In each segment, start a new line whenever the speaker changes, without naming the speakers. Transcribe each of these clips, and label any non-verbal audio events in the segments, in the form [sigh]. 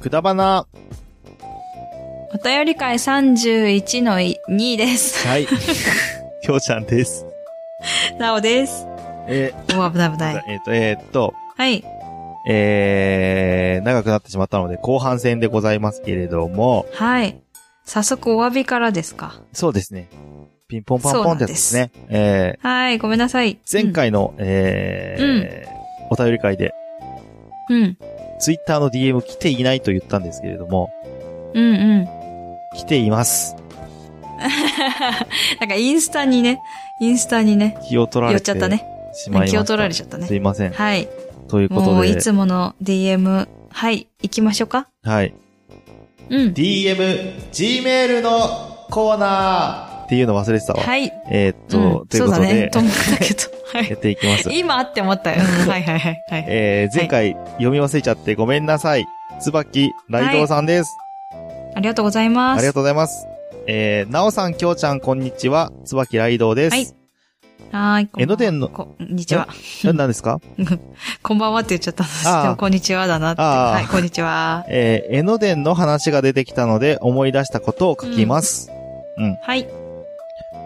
くだばな。
お便り会31の2で
[laughs]
す。
はい。きょうちゃんです。
なおです。
え
お、危ない危
ー
ない。
えっと、えーっと、
はい。
えー、長くなってしまったので、後半戦でございますけれども、
はい。早速お詫びからですか。
そうですね。ピンポンパンポンってやつですね。え
はい、ごめんなさい。
ー、前回の、えー、お便り会で、
うん。うん。
ツイッターの DM 来ていないと言ったんですけれども、
うんうん。 [laughs]
来ています。
なんかインスタにね、インスタにね、
気を取ら
寄
れ
ってちゃったね。
しまいました。
気を取られちゃったね
すいません。
はい。
ということ
もう
で
い、つもの DM、はい、行きましょうか。
はい。
うん。
DM、Gmail のコーナーっていうの忘れてたわ。
はい。
えーっと、
うん
ということ
そうだね。
で
と、思ったけど。は
やっ
い。
ていきます。
今あって思ったよ。うんはいはいはい。はい。
えー、前回読み忘れちゃってごめんなさい。椿雷道さんです。
ありがとうございます。
ありがとうございます。えー、なおさん、きょうちゃん、こんにちは。椿雷道です。
はいはーい。こ
江
んばんは
ノ電の
こんにちは。
え何ですか
こんばんはって言っちゃったんですけ
あー
ど、こんにちはだなって。
あー
はい、こんにちは。
えー、江ノ電の話が出てきたので思い出したことを書きます。
はい。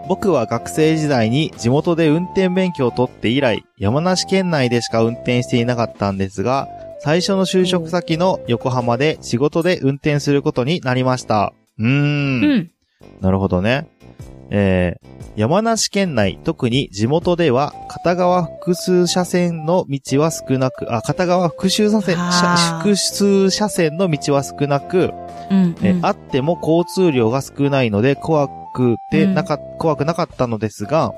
僕は学生時代に地元で運転免許を取って以来、山梨県内でしか運転していなかったんですが、最初の就職先の横浜で仕事で運転することになりました。うー。
うんん。
なるほどね。えー、山梨県内、特に地元では、片側複数車線の道は少なく、あ、片側複数車線、車
あー
複数車線の道は少なく、
うん。
え
うん
あっても交通量が少ないので、怖くてなか、怖くなかったのですが、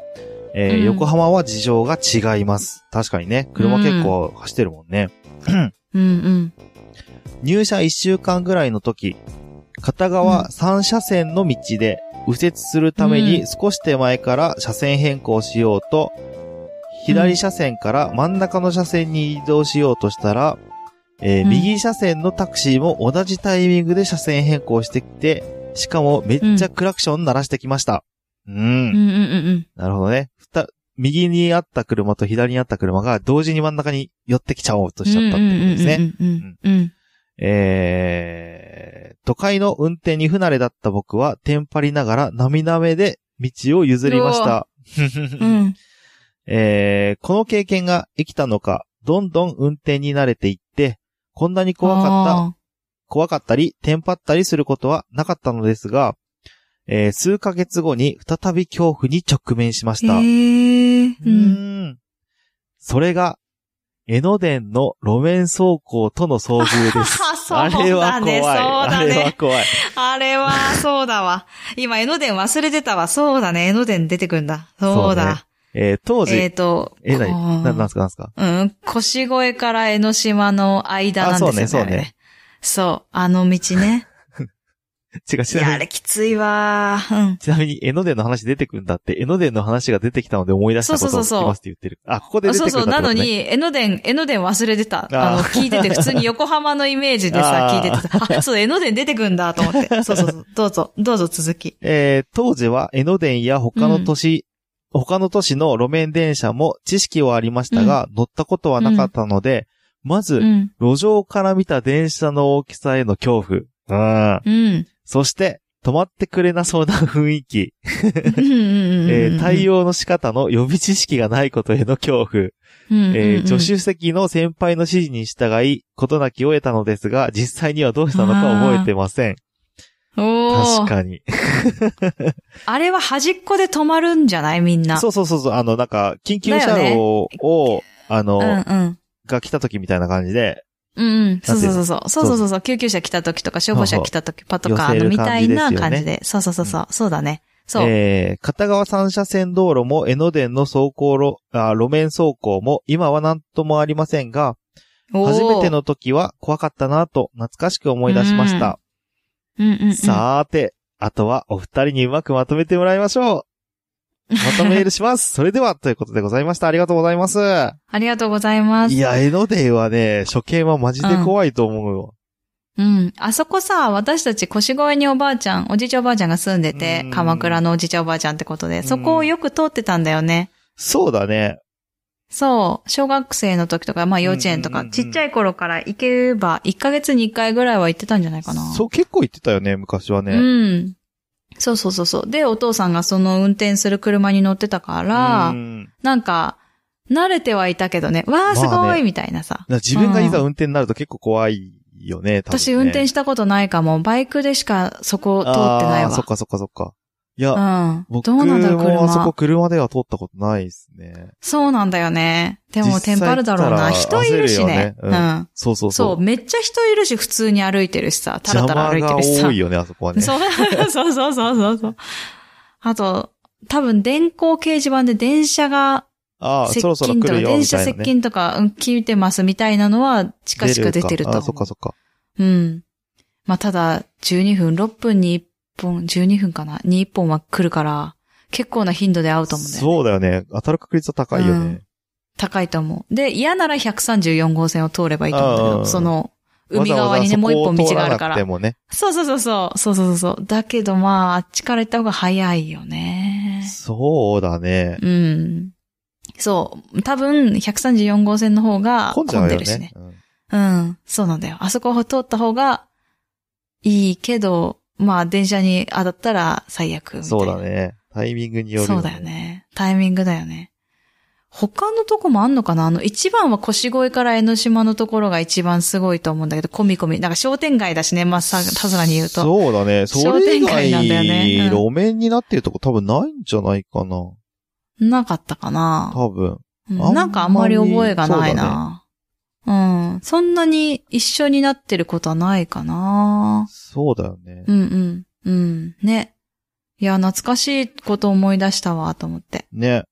えー
うん
横浜は事情が違います。確かにね、車結構走ってるもんね。
うん
入社1週間ぐらいの時、片側3車線の道で右折するため
う
に
ん
少し手前から車線変更しようと、左車線から真ん中の車線に移動しようとしたら、えー
うん
右車線のタクシーも同じタイミングで車線変更してきて、しかもめっちゃクラクション鳴らしてきました。うん。
うん。うんうんうんうん。
なるほどね。ふた、右にあった車と左にあった車が同時に真ん中に寄ってきちゃおうとしちゃったっていうことですね。
うんうんうんうん
えー、都会の運転に不慣れだった僕は、テンパりながら涙目で道を譲りました。
うん。うん。
えー、この経験が生きたのか、どんどん運転に慣れていって、こんなに怖かった、怖かったり、テンパったりすることはなかったのですが、えー、数ヶ月後に再び恐怖に直面しました。
へー
う
うん。
ーん。それが、江ノ電の路面走行との遭遇です。
[laughs] そうだね
あれは怖い。
そうだね
あれは怖い。
あれは、そうだわ。今、江ノ電忘れてたわ。そうだね。江ノ電出てくるんだ。そうだ。
えー当時、
えっと、
え、なに、
こう
な、なんすか、なんすか。
うん、越越から江ノ島の間なんですよ
あそうねそうね
あれそう、あの道ね。
違う、 [laughs] ち
いや、
な
あ
みに、
れきついわー。うん。
ちなみに、江ノ電の話出てくるんだって、江ノ電の話が出てきたので思い出したこと
そ
を
うそうそうそう
聞きますって言ってる。あ、ここで
あ
出て
そ
く
う
るんだ
そ
っ
う。
てこ
な
と、ね、
のに、江ノ電、江ノ電忘れてた。あ
あー
の、聞いてて、普通に横浜のイメージでさ、
あー
聞いててさ、あ、そう、江ノ電出てくんだと思
[laughs]
って。そうそうそう。どうぞ、どうぞ続き。
えー当時は江ノ電や他の都市、他の都市の路面電車も知識はありましたが、乗ったことはなかったので、ま
う
ず、
ん。
路上から見た電車の大きさへの恐怖。うん。
うん。
そして、止まってくれなそうな雰囲気。え
え
ー対応の仕方の予備知識がないことへの恐怖。えー助手席の先輩の指示に従い、事なきを得たのですが、実際にはどうしたのか覚えてません。
お
確
ー
かに。
あれは端っこで止まるんじゃないみんな。
[laughs] そうそうそうそう、あの、なんか、緊急車
だよね
両を、あの、
うんうん。
が来た時みたいな感じで、
うんうん。そうそうそうそう。そうそうそうそう。救急車来た時とか、消防車来た時、パトカーのみたいな
寄せる感
感
じ
じ
で
で。そうそうそうそう。そうだね。そう。
えー片側三車線道路も江ノ電の走行路、あ路面走行も今は何ともありませんが、
おー
初めて。の時は怖かったなと懐かしく思い出しました。
うんうんうん。
さーて、あとはお二人にうまくまとめてもらいましょう。またメールし
[laughs]
ます。それでは、ということでございました。ありがとうございます。
ありがとうございます。
いや、江ノ電はね、初見はマジで怖いと思うよ。
うん。あそこさ、私たち越越におばあちゃん、おじいちゃんおばあちゃんが住んでて
うん、
鎌倉のおじいちゃんおばあちゃんってこと
ん
で、そこをよく通ってたんだよね。
そうだね。
そう、小学生の時とか、まあ幼稚園と
うん
か
うんう、んう
ち
ん
っちゃい頃から行けば、1ヶ月に1回ぐらいは行ってたんじゃないかな。
そう、結構言ってたよね、昔はね。
うん。そうそうそうそう。で、お父さんがその運転する車に乗ってたから、
うん
なんか、慣れてはいたけどね、わーす
ま
ご
あ
い
ね
みたいなさ。
な自分がいざ運転になると結構怖いよね、多分ね
私運転したことないかも、バイクでしかそこ通ってない
あーそっ
わ。
かそっかそっか。いや、
うん。
僕
どうなんだろう、
もあそ
車
こ。車では通ったことないですね。
そうなんだよね。で
実
も、テ
際
ンパるだろうな。
行った
人
ら
いるしね。
焦るよね
うん。
そうそう
そ、
そうう。
めっちゃ人いるし、普通に歩いてるしさ、たら
邪
たら歩
魔
いて
が
るしさ。
多いよね、あそこはね。
そう [laughs] そうそうそうそうそう。あと、多分電光掲示板で電車が
ああ、
接
そろそろ
近
来
とか、
るよ、
電
み
車
た
接
いなね。
近とか、うん、聞いてますみたいなのは、近々出てると
ああ、
思う。
そっかそっか。
うん。まあ、ただ、12分、6分に1本、12分かなに1本は来るから、結構な頻度で会うと思うんだよね。
そうだよね。当たる確率は高いよね。
高いと思う。で、嫌なら134号線を通ればいいと思うんだけ
あ
ど、
あ
その、海側にね、もう一本道があるから
で。もね。
そうそうそうそう。そうそうそうそう。だけどまあ、あっちから行った方が早いよね。
そうだね。
うん。そう。多分、134号線の方が
混んじゃ
混
う
んで
よ
るしね
ね。。うん
うん。そうなんだよ。あそこを通った方がいいけど、まあ、電車に当たったら最悪みたいな。
そうだ。ね。タイミングによる。
そうだよ。ね。タイミングだよね。他のとこもあんのかなあの、一番は腰越から江ノ島のところが一番すごいと思うんだけど、込み込み。なんか商店街だしね、まあ、さ、たずらに言うと。
そうだね。そ
商
れ以
店街なんだよね
外、
うん
路面になってるとこ多分ないんじゃないかな。
なかったかな
多分。あ
うん
んまり
なんかあんまり覚えがないな。うん。そんなに一緒になってることはないかな。
そうだよね
う。んうん。うん。ね。いや、懐かしいこと思い出したわ、と思って。
ね。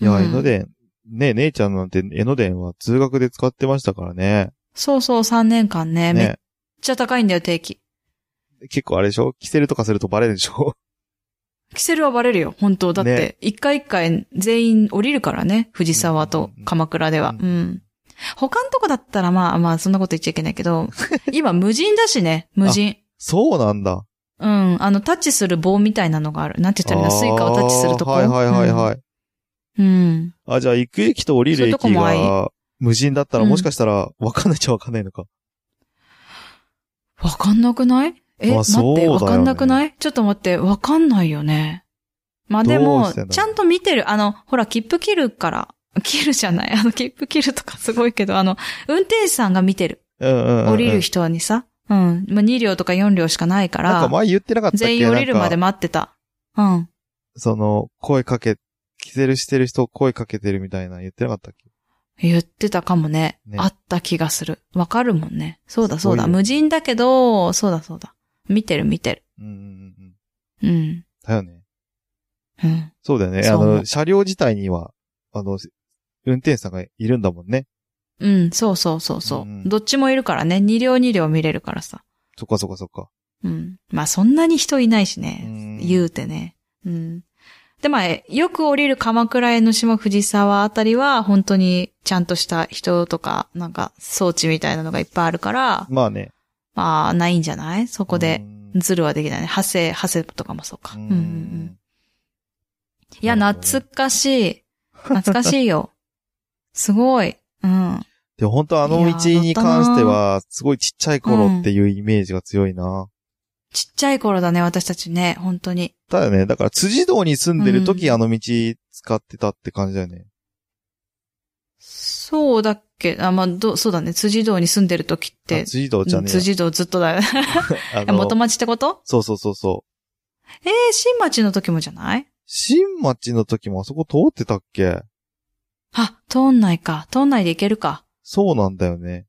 いや、
うん
江ノ電。ね、姉ちゃんなんて江ノ電は通学で使ってましたからね。
そうそう、3年間ね。めっ
ね。
ちゃ高いんだよ、定期。
結構あれでしょキセルとかするとバレるでしょ
キセルはバレるよ、本当だっ
ね
て、一回一回全員降りるからね、藤沢と鎌倉では。う
うん
ん。他のとこだったらまあまあ、そんなこと言っちゃいけない
[laughs]
けど、今無人だしね、無人。
そうなんだ。
うん。あの、タッチする棒みたいなのがある。なんて言ったらいいのスイカをタッチするとこ。
あーはいはいはいはい。
うん。うん。
あ、じゃあ行く駅と降りる
そうい
駅
うとこもあ
が無人だったら
うん
もしかしたらわかんないっちゃわかんないのか。
わかんなくないえ、
まあ
待
そう
っ
だ
て、
よね
わかんなくないちょっと待って、わかんないよね。まあで
どう
も、
してだろう
ちゃんと見てる。あの、ほら、切符切るから。切るじゃないあの、切符切るとかすごいけど、あの、運転手さんが見てる。
うんうんうん、
降りる人にさ。うん。まあ、2両とか4両しかないか、
なんから前言ってなかったっけ
全員降りる
な
まで
んか
待ってた。うん。
その、声かけ、キセルしてる人声かけてるみたいなの言ってなかったっけ
言ってたかもね。
ね
あった気がする。わかるもんね。そうだそうだ。
すごいよ
無人だけど、そうだそうだ。見てる見てる。
うんうんうんうん。
うん。
だよね。
うん。
そうだよね。
そ
あ
う思う
の、車両自体には、あの、運転手さんがいるんだもんね。
うん、そうそうそうそう。
うんうん
どっちもいるからね。二両二両見れるからさ。
そっかそっかそっか。
うん。まあそんなに人いないしね。
うん
言うてね。うん。で、まあ、えよく降りる鎌倉江の島藤沢あたりは、本当にちゃんとした人とか、なんか装置みたいなのがいっぱいあるから、
まあね。
まあ、ないんじゃないそこ
う
で、
ん。
ズルはできないね。ハセ、ハセとかもそうか。
う
うん
ん
うんうん。いや、
なるほどね
懐かしい。懐かしいよ。すごい。うん。
でも本当あの道に関しては、すごいちっちゃい頃っていうイメージが強いな。
ちっちゃい頃だね、私たちね、本当に。
ただね、だから辻堂に住んでる時、
うん
あの道使ってたって感じだよね。
そうだっけあ、まあ、ど、そうだね、辻堂に住んでる時っ
あ
て、
辻堂じゃ
うん
ねえや。
辻堂ずっとだよ。
あの
[laughs] 元町ってこと
そうそうそうそう。
えー、新町の時もじゃない
新町の時もあそこ通ってたっけ
あ、通んないか。通んないで行けるか。
そうなんだよね。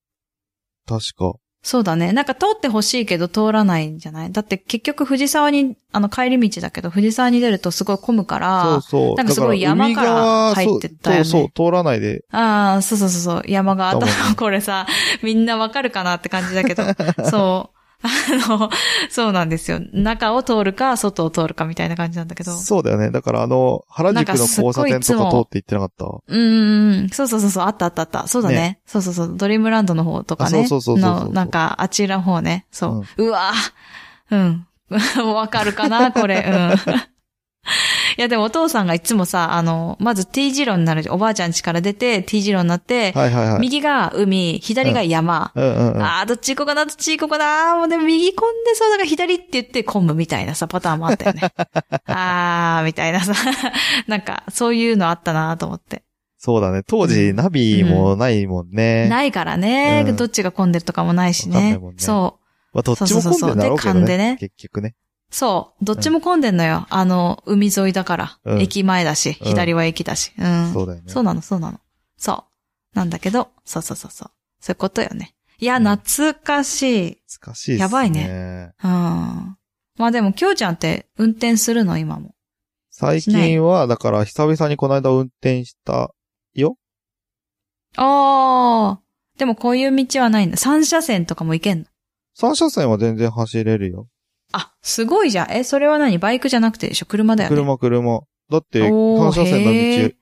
確か。
そうだね。なんか通ってほしいけど通らないんじゃないだって結局藤沢に、あの帰り道だけど、藤沢に出るとすごい混むから。
そうそう。
なんかすごい
だら
山から
海側
入ってったよね
そうそうそう、通らないで。
ああ、そうそうそうそう、山があった
だもん。ね
[laughs] これさ、みんなわかるかなって感じだ
[laughs]
けど、そう。あの、そうなんですよ。中を通るか、外を通るかみたいな感じなんだけど。
そうだよね。だからあの、原宿の交差
な
点
んかすっ
と
ごいい
か
つ
通
も
って行ってなかった
うーん、そうそうそうそう、あったあったあった。そうだね。
ね
そうそうそう、ドリームランドの方とかね。
あそうそうそうそうそう
の、なんか、あちらの方ね。 [laughs] そう。うわぁ。うん。わかるかなこれ。うん。や、でもお父さん [laughs] がいつもさ、あの、まず T 字路になる。おばあちゃん家から出て T 字路になって、
はいはいはい。
右が海、左が山。
うんうんうん。
ああ、どっち行こうかな、どっち行こうかな。もうでも右混んでそうだから左って言って混むみたいなさ、パターンもあった
[laughs]
よね。あー、みたいなさ。 [laughs] なんか、そういうのあったなと思って。
そうだね。当時、ナビもないもんね。
ないからね、
うん
どっちが混んでるとかもないし
わかんな
ね
いもんね
そう。
まあ、どっちも混んでんだろうけど
そうそうそうで勘
ね
でね。
結局ね。
そう。どっちも混んでんのよ。あの、海沿いだから。
うん
駅前だし、
うん
左は駅だし。うん。
そうだよね。
そうなの、そうなの。そう。なんだけど、そうそうそうそう。そういうことよね。いや、
うん
懐かしい。
難しいっすね。
やばい
ね。
うん。まあでも、きょうちゃんって運転するの、今も。
最近は、だから、久々にこの間運転したよ。
あー。でもこういう道はないんだ。三車線とかも行けんの。
三車線は全然走れるよ。
あ、すごいじゃん。え、それは何バイクじゃなくてでしょ車だよね。
車、車。だって、三
おー
車線の
へ
道
ー、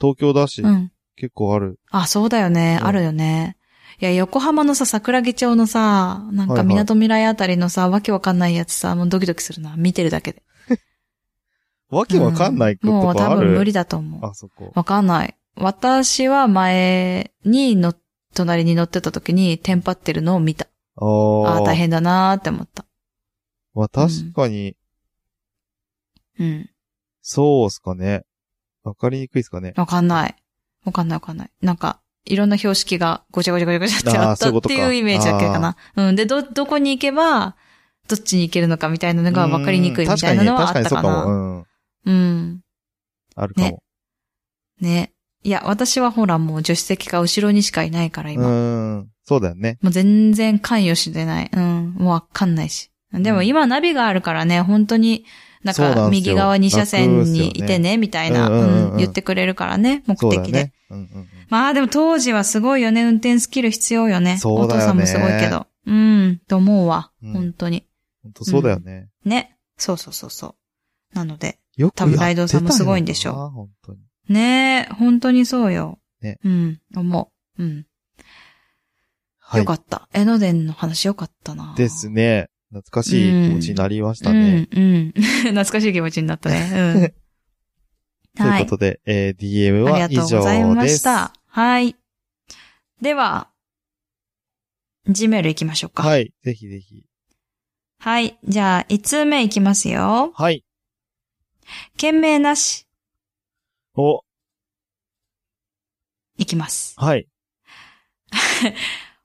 東京だし、
うん。
結構ある。
あ、そうだよね。
うん
あるよね。いや、横浜のさ、桜木町のさ、な
は
ん
いは
か
い
港未来あたりのさ、わけわかんないやつさ、もうドキドキするな。見てるだけで。
わけわかんないこと
うんもう
とか
多
あ
分無
る。
理だと思う。
あそこ。
わかんない。私は前にの、隣に乗ってた時にテンパってるのを見た。
あ
ああ、
ー
大。変だなーって思った。
まあ、確かに、
うん。
そうっすかね。わかりにくいっすかね。
わかんない。わかんないわかんない。なんか、いろんな標識がごちゃごちゃごちゃごちゃって
あ
あ
ー
っ
そう
た
いうこ
っ
と
て
か
いうイメージだけかな。うん。で、ど、どこに行けば、どっちに行けるのかみたいなのが分かりにくいみたいなのはあ
う
ったか
ん確かに、確かにそうかも。
な。
うん。
うん。
あるかも
ね。ね。いや、私はほらもう助手席が後ろにしかいないから
う
今。
ーん。そうだよね。
もう全然関与してない。うん。もうわかんないし。で
う
も
ん
今ナビがあるからね、本当に、なん
そうなんです
か
よ
右側2車線にい
楽っすよ
てね、みたいな、
うんうんうんうん
うん言ってくれるからね、目
そうだよ
的で。
ね。うんうん
まあでも当時はすごいよね、運転スキル必要よね。
そうだよね
お父さんもすごいけど。うん、と思うわ。
うん
本当に。
本当そうだよね。
ね。そうそうそうそう。なので。
よくやってたよな
多分ライドウさんもすごいんでしょう
本当に。
ねえ、本当にそうよ。
ね
うん、思う。うん。
はい
よか。った。江ノ電の話よかったな。
ですね。懐かしい気持ちになりましたね。
うん、うん。 [laughs] 懐かしい気持ちになったね。うん。
[laughs] と
はいいう
こ。とで、えー DM
あ
は以
りがとう
上
ございま
で
し
す。
た。はい。では、G メール行きましょうか。
はい。ぜひぜひ。
はい。じゃあ、一通目いきますよ。
はい。
件名なし、
お、
いきます。
はい。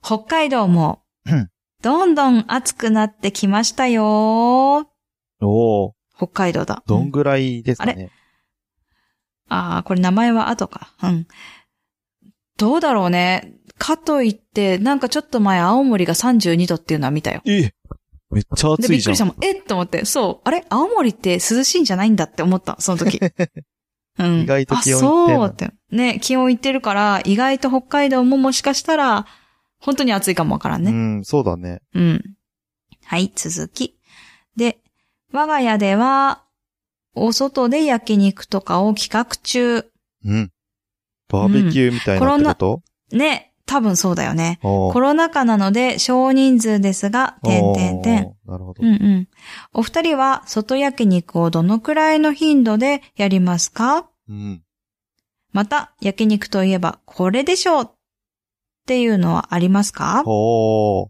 北海道も
うん、
どんどん暑くなってきましたよ。
おー
北海道だ。
どんぐらいですかね。
ああ、これ名前は後か。うん。どうだろうね。かといって、なんかちょっと前青森が32度っていうのは見たよ。
えめっちゃ
で、
暑
び
い
っ
じ
く
ゃ
りした
ん。
もん。えっと思って。そう。あれ青森って涼しいんじゃないんだって思った。そ
[laughs]
の時。うん。
意外と気温いってん
あ、
の
そうって。ね、気温いってるから、意外と北海道ももしかしたら、本当に暑いかもわからんね。
うん、そうだね。
うん。はい、続き。で、我が家では、お外で焼肉とかを企画中。
うん。バーベキューみたいなってこと、
ね、多分そうだよね。
おー
コロナ禍なので少人数ですが、てんてんてん。
おーなるほど
うん。うん。お二人は外焼肉をどのくらいの頻度でやりますか
うん。
また、焼肉といえばこれでしょうっていうのはありますか
おー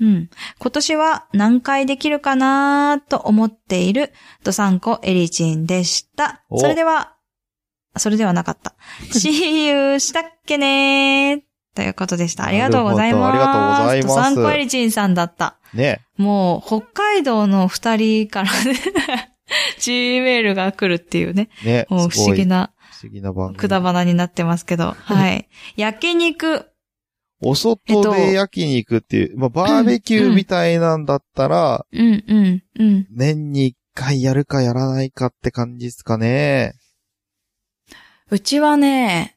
うん。今年は何回できるかなと思っているドサンコエリチンでした。
お
それでは、それではな
[laughs]
かった。See you したっけねということでした。ありがとうございます。
なるほどありがとうございます
ドサンコエリチンさんだった。
ね。
もう、北海道の二人からね、
[laughs]
G メールが来るっていうね、
ね。
もう
すご
不
い
思議な
不思議な番組。
くだばなになってます
[laughs]
けど、はい。焼肉、
お
えっ
外
と
で焼肉っていう、まあ、バーベキューみたいなんだったら、
うん、うん、うん。
年に一回やるかやらないかって感じですかね。
うちはね、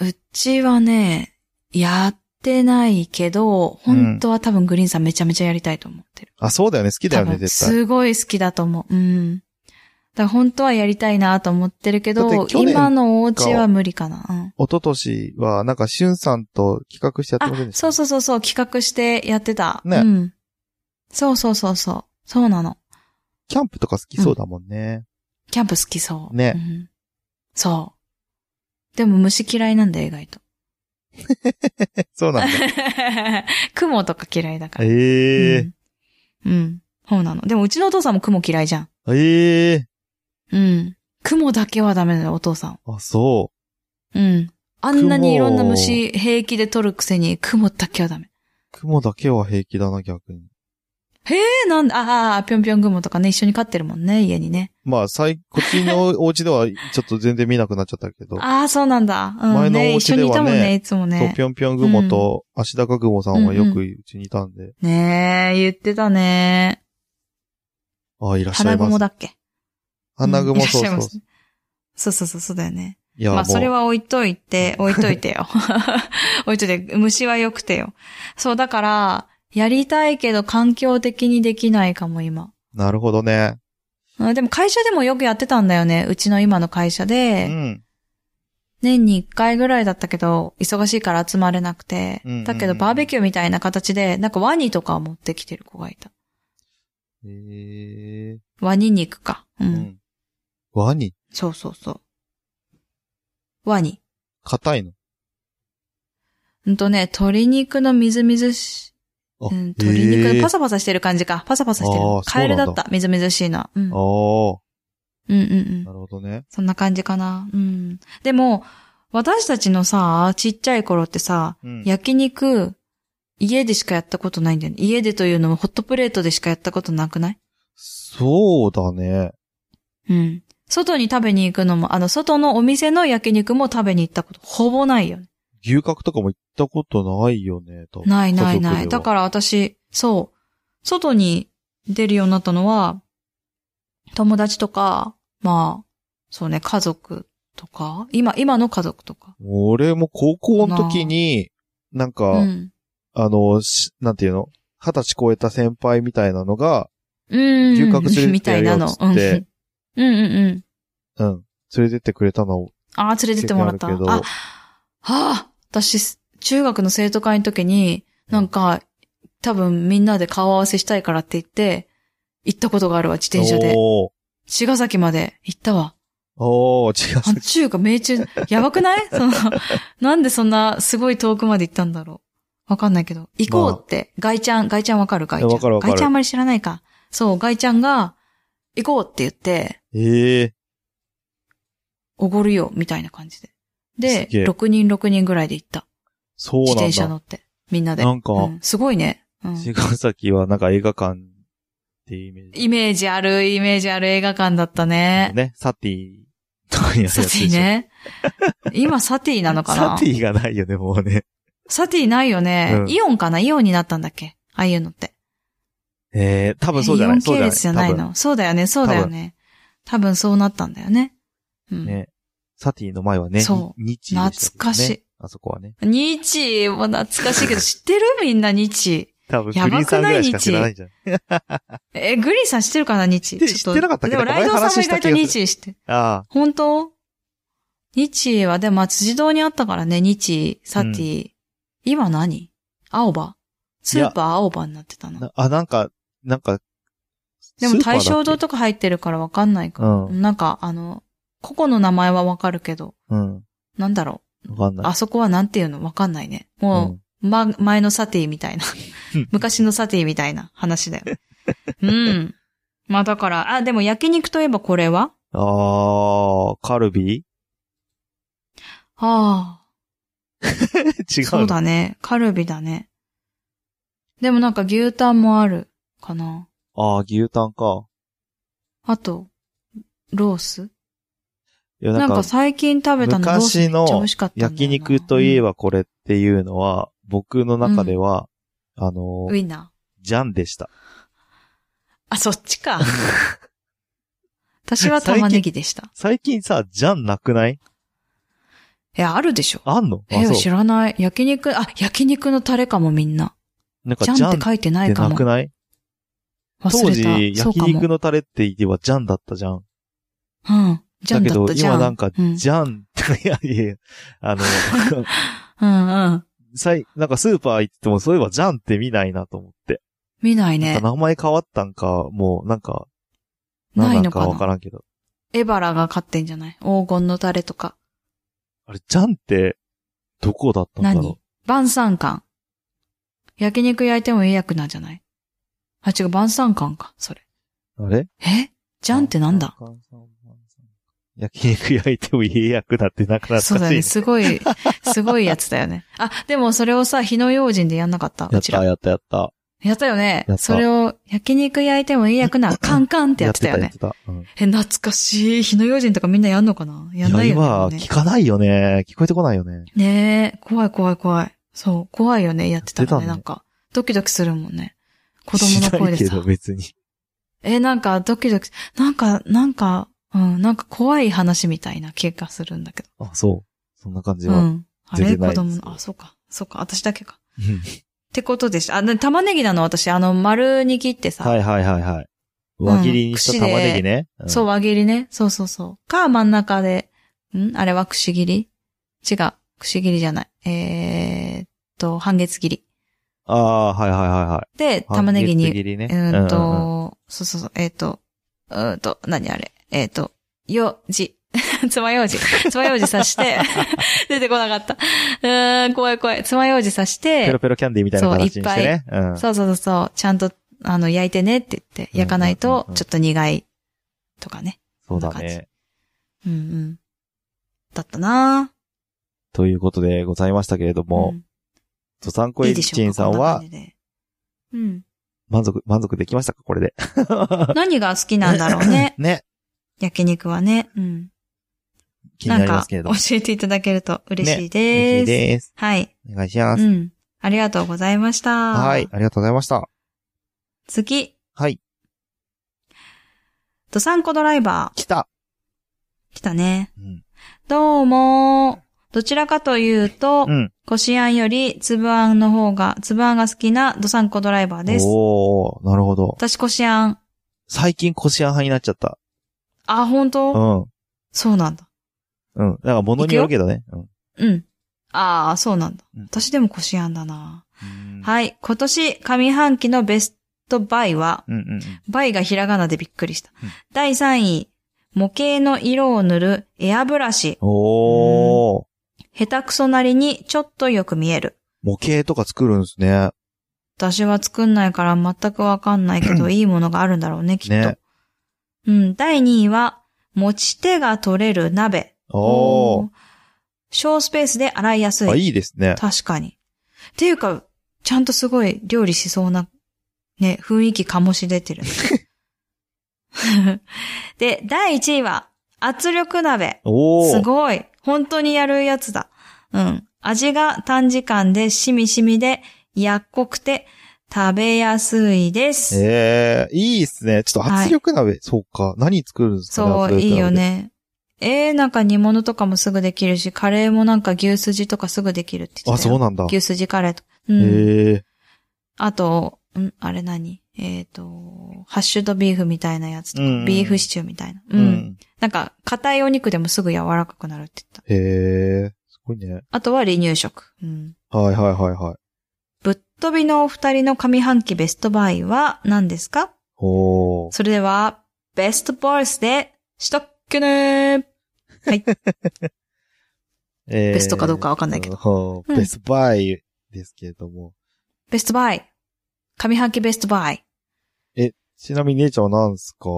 うちはね、やってないけど、本当は多分グリーンさんめちゃめちゃやりたいと思ってる。
あ、そうだよね。好きだよ
多
ね、
分
絶対。
すごい好きだと思う。うん。だから本当はやりたいなと思ってるけ
だっ
ど
て、去年
今のお家は無理かな。
一昨年は、なんか、しゅんさんと企画してやって
う
ません
ん、あ、
でした
そうそうそうそう、企画してやってた。
ね
うん。そうそうそうそう。そうなの。
キャンプとか好きそうだもんね。
キャンプ好きそう。
ね
うんそう。でも虫嫌いなんだよ、意外と。 [laughs]
[laughs] そうなんだ。
雲とか嫌いだから。
ええ
うん。うん。そうなの。でもうちのお父さんも雲嫌いじゃん。
ええ
うん。雲だけはダメだよ、お父さん。
あ、そ
うん。あんなにいろんな虫平気で取るくせに雲だけはダメ。
う。雲だけは平気だな、逆に。
え、なんだ、ああ、ぴょんぴょん雲とかね、一緒に飼ってるもんね、家にね。
まあ、最、こっちのお家では、ちょっと全然見なくなっちゃったけど。
ああ、そうなんだ。うん、
前のお
ね、
家
一緒にいたもん
ではね
ね、いつも
そう
ね、。
ぴょんぴょん雲と、足高雲さんはよくうちにいたんで。
ねえ、言ってたね。
あ、いらっしゃい
花
ま
雲
す。
だっけ
花雲、
うんいらっ
そう
しゃい
そう
ま
そう
す。そうそうそう、そうだよね。
いや、
ま
も
あ、それ
う、
は置いといて、置いといて
[laughs]
よ。置いといて、虫は良くてよ。そう、だから、やりたいけど環境的にできないかも、今。
なるほどね。
うんでも会社でもよくやってたんだよね。うちの今の会社
う
で、
ん。
年に1回ぐらいだったけど、忙しいから集まれなくて。
うんうんうん
だけどバーベキューみたいな形で、なんかワニとかを持ってきてる子がいた。
ええ
ワニ肉か。うん。
うん。ワニ
そうそうそう。ワニ。
硬いの
うんとね、鶏肉のみずみずし、
あ
うん、鶏肉
へ
の
ー
パサパサしてる感じか。パサパサしてる
あ
の
ー。
カエルだっ
そう
た。みずみずしいな。うん。うん
あ
うんう
あ、
ん
な。るほどね。
そんな感じかな。うん。でも、私たちのさ、ちっちゃい頃ってさ、
うん。
焼肉、家でしかやったことないんだよね。家でというのもホットプレートでしかやったことなくない
そうだね。
うん。外に食べに行くのも、あの、外のお店の焼肉も食べに行ったこと、ほぼないよね。
牛角とかも行ったことないよね、と。。
ないないない。だからら私、そう、外に出るようになったのは、友達とか、まあ、そうね、家族とか、今、今の家族とか。
俺も高校の時に、なんか、
うん。
あの、しなんていうの二十歳超えた先輩みたいなのが、
うん。
牛角連れてって
みたいなの。う
や
ん。うん
るよっつっ
うんうん。
うん、連れてってくれたのを
ああ、連れてってもらった。
経験ある
あ、はあ、私、中学の生徒会の時に、なんか、多分みんなで顔合わせしたいからって言って、行ったことがあるわ、自転車で。
おー
茅ヶ崎まで行ったわ。
おー、違う
あ。の中華命中、やばくない
[laughs]
その、なんでそんなすごい遠くまで行ったんだろう。わかんないけど。行こうって、ガイちゃん、ガイちゃんわかるガイちゃん。
いやわかるわかる
ガイちゃんあんまり知らないか。そう、ガイちゃんが、行こうって言って、
ええ
おごるよ、みたいな感じで。
すげえ
で、6人6人ぐらいで行った。
そう
自
なん
転車乗
だ。
って。みんなで。
なんか
うんすごいね。うん
茅ヶ崎はなんか映画館っていうイメージ。
イメージある、イメージある映画館だったね。
ね、サティとかにあるやつ
サ
で
テ
しょ
ィ。ね。今サティなのか
サ
な
ティがないよね、もうね。
サティないよね。
うん
イオンかなイオンになったんだっけああいうのって。
ええ多分そうじゃ
イ
な
オン
い。そう
系列じゃないの。そうだよね、そうだよね。多分そうなったんだよね。う
多
ん。
分ね。サティの前はね、
そ
日でしたけどね
懐かしい。
あそこはね。
日も懐かしいけど、知ってるみんな日。
多分、グリ
やばくない
ーンさんぐらいしか知らないんじゃない
え、グリーンさん知ってるかな日。
知って知ってなかったっけ
でも、
なん
ラ
か
イドウさん
前
も
話
意
した
外
気が
と
する
日知って。
ああ、
本当日は、でも、まあ辻堂にあったからね、日、サティ。今何青葉スーパー青葉になってたの。
なあ、なんか、なんか、
で
ス
も
ーパーだっ
大
け
正堂とか入ってるからわかんないか。
う
なんか、あの、個々の名前はわかるけど、
うん。
なんだろ
わかん
う。
ない。
あそこはなんていうのわかんないね。も
ん、
う、ま、前のサティみたいな
うん。
[laughs] 昔のサティみたいな話だよ。うん。まあだから、あ、でも焼肉といえばこれは
あー、カルビ [laughs]
あ
違
あ、
う
そうだね。カルビだね。でもなんか牛タンもあるかな。
あー、牛タンか。
あと、ロース
いや、
な
なんん
か
か、
最近食べたのロースめっちゃ美味しかったんだよな。
焼肉といえばこれっていうのは、僕の中では、あの
うん、ウ
ー、
インナー。
ジャンでした。
あ、そっち
[laughs]
か。私は玉ねぎでした。
最近さ、ジャンなくない
いや、あるでしょ。
あんのあ、
え、
そ
知らない。焼肉、あ、焼肉のタレかもみんな。
う。なんか、
ジ
ジ
ャン
ャン
っ
って
書いてない
て
か
な
も。
くない
忘
当
れ
時
た。、そう
焼
か
肉
も。
のタレって言えばジャンだったじゃん。
うん。ジャン
だけ
だっ
ど、
たじゃん。
今なんか、
うん、
ジャン、いやいやいや、あの、 [laughs]
うんうん。
さい、なんかスーパー行っても、そういえばジャンって見ないなと思って。
見ない
なん
ね
か。名前変わったんか、もう、なんか、
ないの
ん
か
わか
な。
らんけど。
エバラが勝ってんじゃない黄金のタレとか。
あれ、ジャンって、どこだったんだろう
何晩餐館。焼肉焼いてもいい役なんじゃないあ、違う、晩餐館か、それ。
あれ
えジャンってなんだ
焼肉焼いても家役だってなかなかしい
そう
ね。
だね。すごい、すごいやつだよね。あ、でもそれをさ、火の用心でやんなかった。
や
う
っ
ちら
た、。やった、やった。
やったよね
やっ。た
それを焼肉焼いてもいい役な、カンカンってやってたよ
やっ
ね
て。た、やってた。うん
え、懐かしい。火の用心とかみんなやんのかなやんない
や、今
よ、ね。
聞かないよね。聞こえてこないよね。
ねえ、怖い怖い怖い。そう、怖いよね、やってたら
やって
ね、
たね
なんか。ドキドキするもんね。子供の声で
しないけ
さ
ど、。別に。
え、なんかドキドキ、なんか、なんか、うん、なんか怖い話みたいな気がするんだけ
あ、そう。そんな感じ
ど。う
は。
ん。あれ
全然
子
ないです
供の、あ、そうか、そうか、私だけか。
うん
ってことでした。あ、で玉ねぎなの、私、あの、丸に切ってさ。
はいはいはいはい。輪切りにした玉ねぎね。ん
そう、輪切りね。そうそうそう。か、真ん中で。んあれはくし切り違う。くし切りじゃない。えー、っと、半月切り。
ああー、はいはいはいはい。
で、玉ねぎに
半月切りね
うーんと、
うんうんうん
そうそうそう、えっ、と、うーんと、何あれ、えっ、と、ようじ。 [laughs] つまようじ。つまようじ刺して、 [laughs] 出てこなかった。うーん、怖い怖い。つまようじ刺し
ペロ
て、
ペロキャンディーみたいな形にしてね。うん。
そうそうそうそう、ちゃんと、あの、焼いてねって言って、焼かな
う
い
んうん
と
うんう、ん
ちょっと苦い、とかね。
そうだ
こんな感
ね。
うんうん。だったな
ということでございましたけれど
ぁ
も、とサンコエリチンさんは、
うん。
満足、満足できましたかこれで。。
何が好きなんだろうね
[laughs] ね。
焼肉はね。うん。
気になりますけれども。
んか、教えていただけると嬉しい
嬉しい
です。
です。
はい。
お願いしま
う
す。
ん。ありがとうございました。
はい。。ありがとうございました。
次、
はい。
ドサンコドライバ
来た。
ー。来たね。
うん。
どうも。どちらかというと、
うん。
こしあんよりつぶあんの方が、つぶあんが好きなドサンコドライバーです。
おー、なるほど。
私こしあん。
最近腰あん派になっちゃった。
あ、本
う
当
ん。
そうなんだ。
うん。だから物によるけどね。うん
うん。ああ、そうなんだ
うん。
私でもこしあんだな。
うん。
はい。今年上半期のベストバイは、
うんうんうん。
バイがひらがなでびっくりした。
うん
第3位、模型の色を塗るエアブラシ。
おー。
下手くそなりにちょっとよく見える。
模型とか作るんですね。
私は作んないから全くわかんないけど、いいものがあるんだろうね、きっと。
ね
うん、第2位は、持ち手が取れる鍋。
おー。
小スペースで洗いやすい。
あ、いいですね。
確かに。っていうか、ちゃんとすごい料理しそうな、ね、雰囲気醸し出てる。 [laughs] で、第1位は、圧力鍋。
おー。
すごい。本当にやるやつだ。うん。味が短時間でしみしみで、やっこくて、食べやすいです。
ええいいっすね。ちょっと圧力鍋、そうか。何作るんですかね
そう、
圧力鍋
いいよね。えー、なんか煮物とかもすぐできるし、カレーもなんか牛すじとかすぐできるって言
あ、
ってたよ。
そうなんだ。
牛すじカレーとか。うん。
ええ
あと、んあれ何えっ、と、ハッシュドビーフみたいなやつとか、
うんうん
ビーフシチューみたいな。
う
う。
んん。
なんか、硬いお肉でもすぐ柔らかくなるって言った。
へえすごいね。
あとは離乳食。うん。
はいはいはいはい。
ぶっ飛びのお二人の上半期ベストバイは何ですか
おー。
それでは、ベストボイスで、したっけね
えー
ベストかどうかわかんないけど
ど
うん
ベストバイですけれども。
ベストバイ。上半期ベストバイ。
ちなみに姉ちゃんは何すか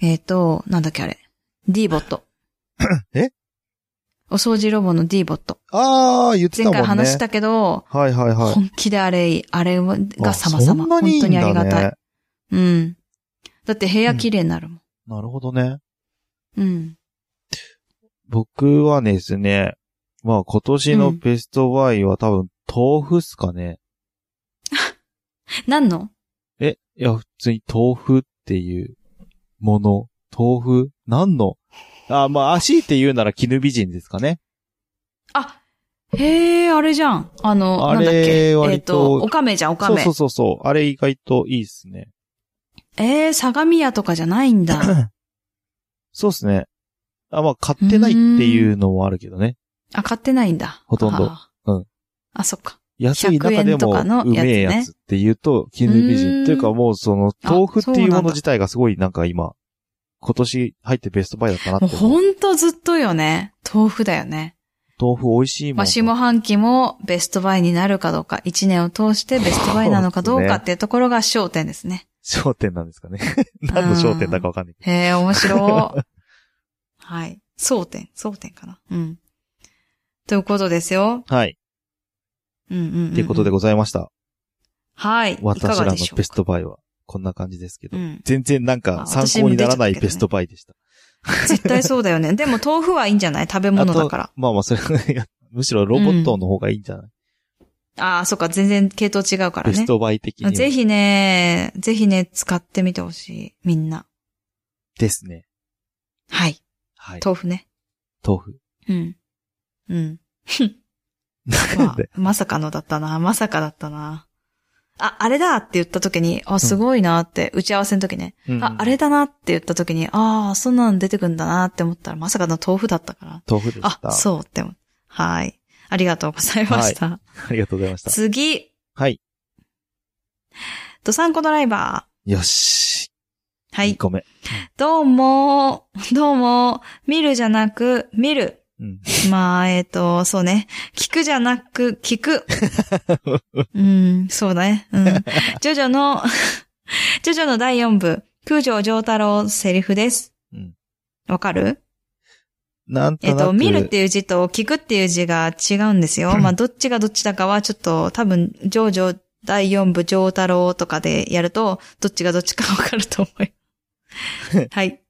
えっ、と、なんだっけあれ。D ボット。
[laughs] え
お掃除ロボの D ボット。
あー、言ってた
前
もんね。
回話したけど、
はいはいはい。
本気であれ、あれはが様
あそ
々。
んなにいいんだね。
本当にありがたい。うん。だって部屋綺麗になるもん。
なるほどね。
うん。
僕はですね、まあ今年のベストバイは多分豆腐っすかね。
何の
え、いや普通に豆腐っていうもの。豆腐何のあ、まあ足って言うなら絹美人ですかね。
あ、へえ、あれじゃん。あの、
あれ
なんだっけ。えっ、
割と
と、オカメじゃん、オカ
そう
メ。
そうそうそう。あれ意外といいっすね。
えー、相模屋とかじゃないんだ。
[coughs] そうっすね。あ、まあ買ってないっていうのもあるけどね。
あ、買ってないんだ。
ほとんど
あー
うん。
あ、そっか。
安い中
100
で
円とかの
も
やつ
う
ね
めえやつって言うと絹美
うーん
人。というかもうその豆腐っていうもの自体がすごいなんか今今年入ってベストバイだったなって
もう
思う。
ほんとずっとよね。豆腐だよね。
豆腐美味しいも
まあ、
ん。
下半期もベストバイになるかどうか、一年を通してベストバイなのかどうかっていうところが焦点ですね。
焦点なん
[laughs]
ですかね。何の焦点だかわかんないけど。
へえ、面白
[laughs]
い。はい。争点、争点かな。うん。ということですよ。
はい。
うんうんうん、うん。
っていうことでございました。
はい。いか
私
が
らの
でしょうか
ベストバイは、こんな感じですけど
う。ん。
全然なんか
あ
参
私
考
も
に
出ちゃ
な
った
ら
けどね
ないベストバイでした。
絶対そうだよ
[laughs]
ね。でも豆腐はいいんじゃない食べ
あ
物だ
と
から。、
まあまあ、それはいやむしろロボットの方がいいんじゃない
ああ、そっか。全然系統違うから
ベス
ね。
トバイ的に。
ぜひね、ぜひね、使ってみてほしい。みんな。
ですね。
はい。
はい。
豆腐ね。
豆腐。
うん。
[laughs]
うん。
な
ま
んで
あ、まさかのだったな。まさかだったな。あ、あれだって言った時に、あ、すごいなって、打ち合わせの時ね。
うん
あ、あれだなって言った時に、ああ、そんなの出てくんだなって思ったら、まさかの豆腐だったから。
豆腐でした。
あ、そうって思った。はい。ありがとうございました。
ありがとうございました。
次、
はい。
ドサンコドライバ
よし。
ー。はい
2。個目。
どうも、どうも、見るじゃなく、見る。
うん。
まあ、えっ、と、そうね。聞くじゃなく、聞
[laughs]
く。うん、そうだね。うん。ジョジョの、 [laughs] ジョジョの第4部、空城城太郎セリフです。
うん
わかる
なんと
えっ、
なく。
と、見るっていう字と聞くっていう字が違うんですよ。まあ、どっちがどっちだかは、ちょっと、多分、ジョジョ第4部城太郎とかでやると、どっちがどっちかわかると思い [laughs] ます。はい。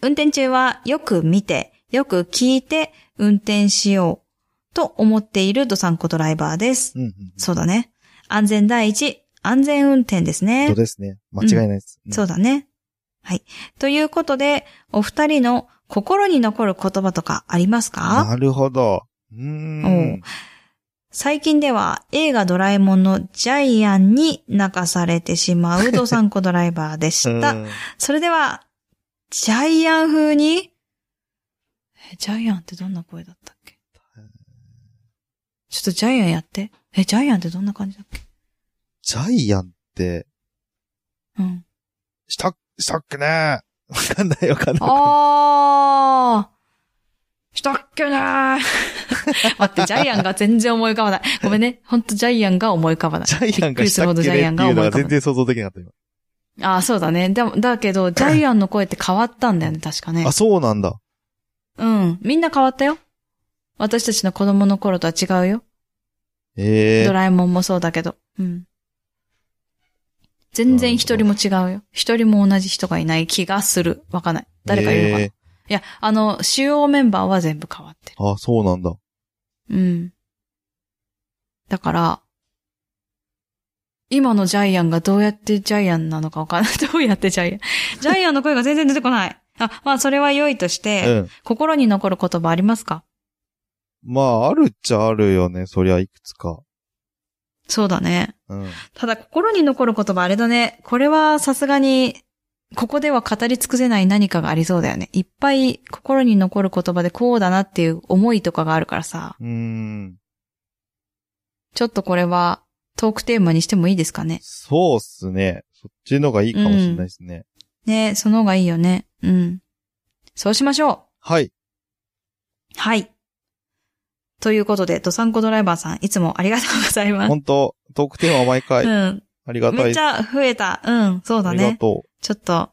運転中は、よく見て、よく聞いて、運転しよう、と思っているドサンコドライバーです。
うんうん。
そうだね。安全第一、安全運転です
そう
ね。
ですね。間違いないです。うん
そうだね。はい。ということで、お二人の心に残る言葉とかありますか
なるほど。うーん。
最近では映画ドラえもんのジャイアンに泣かされてしま
[laughs]
うドサンコドライバーでし
う
た。
ん
それでは、ジャイアン風に、え、ジャイアンってどんな声だったっけちょっとジャイアンやって。え、ジャイアンってどんな感じだっけ
ジャイアンって、 [laughs]
うん。
した、したっけねわかんないわかんない。
あー。したっけねー [laughs] 待って、ジャイアンが全然思い浮かばない。ごめんね。ほんとジャイアンが思い浮かばない。
ジャイアン
びっく
が
り
し
する
た
ほ
っ
ど
け
ジ
ねってい
ャイア
う
ンが
の
思い浮
が
か
全
ばない。
然想像できなかった今。
あー、そうだね。でも、だけど、ジャイアンの声って変わったんだよね、確かね
あ、。そうなんだ。
うん。みんな変わったよ。私たちの子供の頃とは違うよ。
ええ
ドラえもんもそうだけど。うん。全然一人も違うよ。一人も同じ人がいない気がする。わかんない。誰かいるのかな、
え
いや、あの、主要メンバーは全部変わってる。
ーあ、そうなんだ。
うん。だから、今のジャイアンがどうやってジャイアンなのかわかんない。 [laughs] どうやってジャイアン。ジャイアンの声が全然出てこない。あ、まあそれは良いとし
う
て、
ん。
心に残る言葉ありますか
まあ、あるっちゃあるよね。そりゃいくつか。
そうだね。
うん。
ただ心に残る言葉あれだね。これはさすがに、ここでは語り尽くせない何かがありそうだよね。いっぱい心に残る言葉でこうだなっていう思いとかがあるからさ、
うーん。
ちょっとこれはトークテーマにしてもいいですかね。
そうっすね。そっちのがいいかもしれないですね。
ねその方がいいよね。うん。そうしましょ
はい。
う。はい。ということで、ドサンコドライバーさん、いつもありがとうございます。
本当トークテーマは毎回、
うん。
ありがたい
めっちゃ増えた。うん、そうだ
ありが
ね。
と
ちょっと、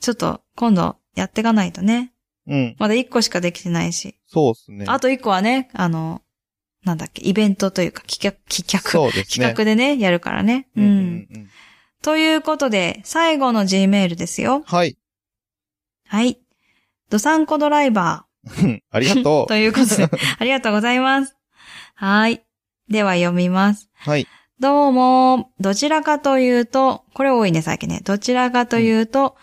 ちょっと、今度、やっていかないとね。
う。うん。
まだ1個しかできてないし。
そうっすね。
あと1個はね、あの、なんだっけ、イベントというか、企画、企画、
そうですね。
企画でね、やるからね。うん。
うんうんうん。
ということで、最後の G メールですよ。
はい。
はい。ドサンコドライバー。
うんあ
[laughs]
りがとう
と。いうことで、ありがとうございます。はい。では読みます。
はい。
どうも、どちらかというと、これ多いね、最近ね。どちらかというと、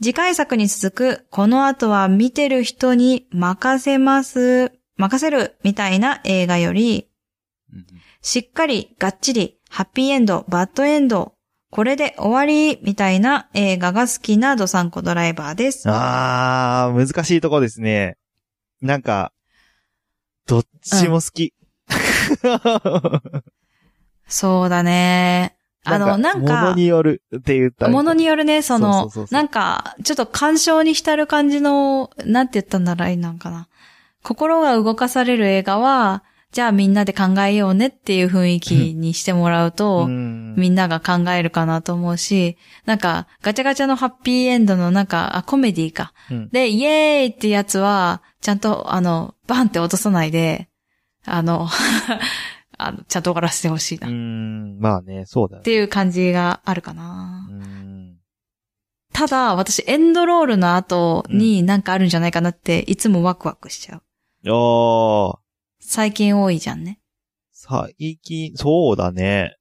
次回作に続く、この後は見てる人に任せます、任せる、みたいな映画より、しっかり、がっちり、ハッピーエンド、バッドエンド、これで終わり、みたいな映画が好きなドサンコドライバーです。
あー、難しいとこですね。なんか、どっちも好き。
そうだね。あの、なんか、
物によるって言ったりとか
ものによるね、そ
そう
の
そうそう、そう
なんか、ちょっと感傷に浸る感じの、なんて言ったんだらいいのかな。心が動かされる映画は、じゃあみんなで考えようねっていう雰囲気にしてもらうと、
うん
みんなが考えるかなと思うし、なんか、ガチャガチャのハッピーエンドのなんか、あ、コメディか。
うん
で、イエーイってやつは、ちゃんと、あの、バンって落とさないで、あの、 [laughs] あのちゃんと終わらせてほしいうな。っ
ん、まあね、そうだね。
ていう感じがあるかな。
うん
ただ、私、エンドロールの後になんかあるんじゃないかなって、いつもワクワクしちゃう。
ああ、
最近多いじゃんね。
最近、そうだね。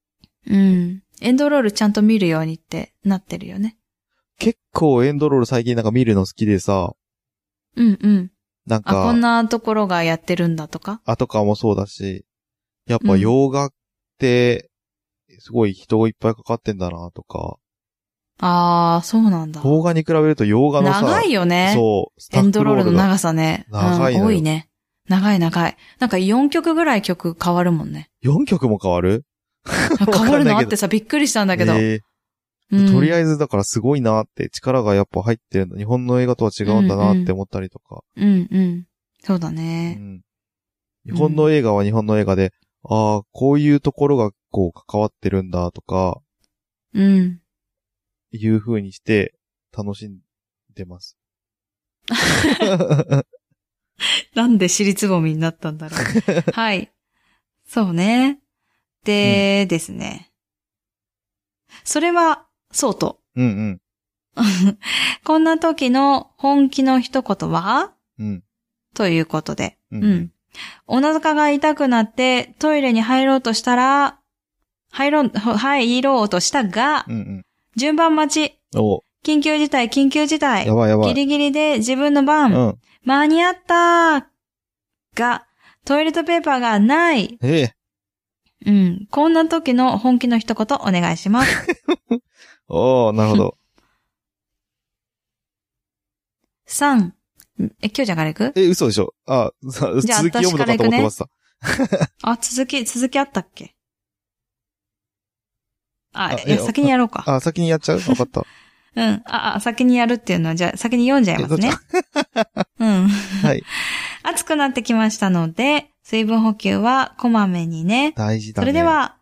うん。エンドロールちゃんと見るようにってなってるよね。
結構エンドロール最近なんか見るの好きでさ、
うんうん。
なん
あ、こ
か
ん、なところがやってるんだとか。
あとかもそうだし、やっぱ洋画って、すごい人いっぱいかかってんだなとか、
あー、そうなんだ。
邦画に比べると洋画のさ、
長いよね。
そう、スタ
エン
ッ
ド
フロ
ロ
ー
ール
ル
の
が
長さね。うん
長いのよ
多いね。長い長い。なんか4曲ぐらい曲変わるもんね。
4曲も変 [laughs] わるか
変
んないけど
わるのあってさ、びっくりしたんだけど。
え
う
ー
ん
とりあえずだからすごいなって力がやっぱ入ってるんだ。日本の映画とは違うんだなって思ったりとか。
うんうん。そうだ
う
ね。
ん日本の映画は日本の映画で、ああ、こういうところがこう関わってるんだとか、
うん。
いう風にして楽しんで
[laughs]
ます。
なんで尻つぼみになったんだろ
[laughs]
う。はい。そうね。で、ですね。それは、そうと。
うん
こんな時の本気の一言は
うん。うん。
ということで。
う
うん。。お腹が痛くなってトイレに入ろうとしたら、入ろう、入ろうとしたが、
うんうん。
順番待ち。
お
緊急事態、緊急事態
や。ばいやば
ギ
い。
リギリで自分の
う
番。
ん。
間に合ったが、トイレットペーパーがない。
ええ。
うん。こんな時の本気の一言お願い
[laughs]
します。
おー、なるほ
[laughs]
ど。
3。え、今日じゃんからいく
え、嘘でしょあさ続き
じゃあ
読むのかと思ってました。
あ、続き、続きあったっけあ
あ、
いや、
いや
先にやろうか。
あ、先にやっ
[laughs]
ちゃうわかった。
うん。あ、あ、先にやるっていうのは、じゃあ、先に読んじゃいますね。 [laughs] うん。
はい。
暑くなってきましたので、水分補給はこまめにね。
大事だ
そ
ね。
れで。は、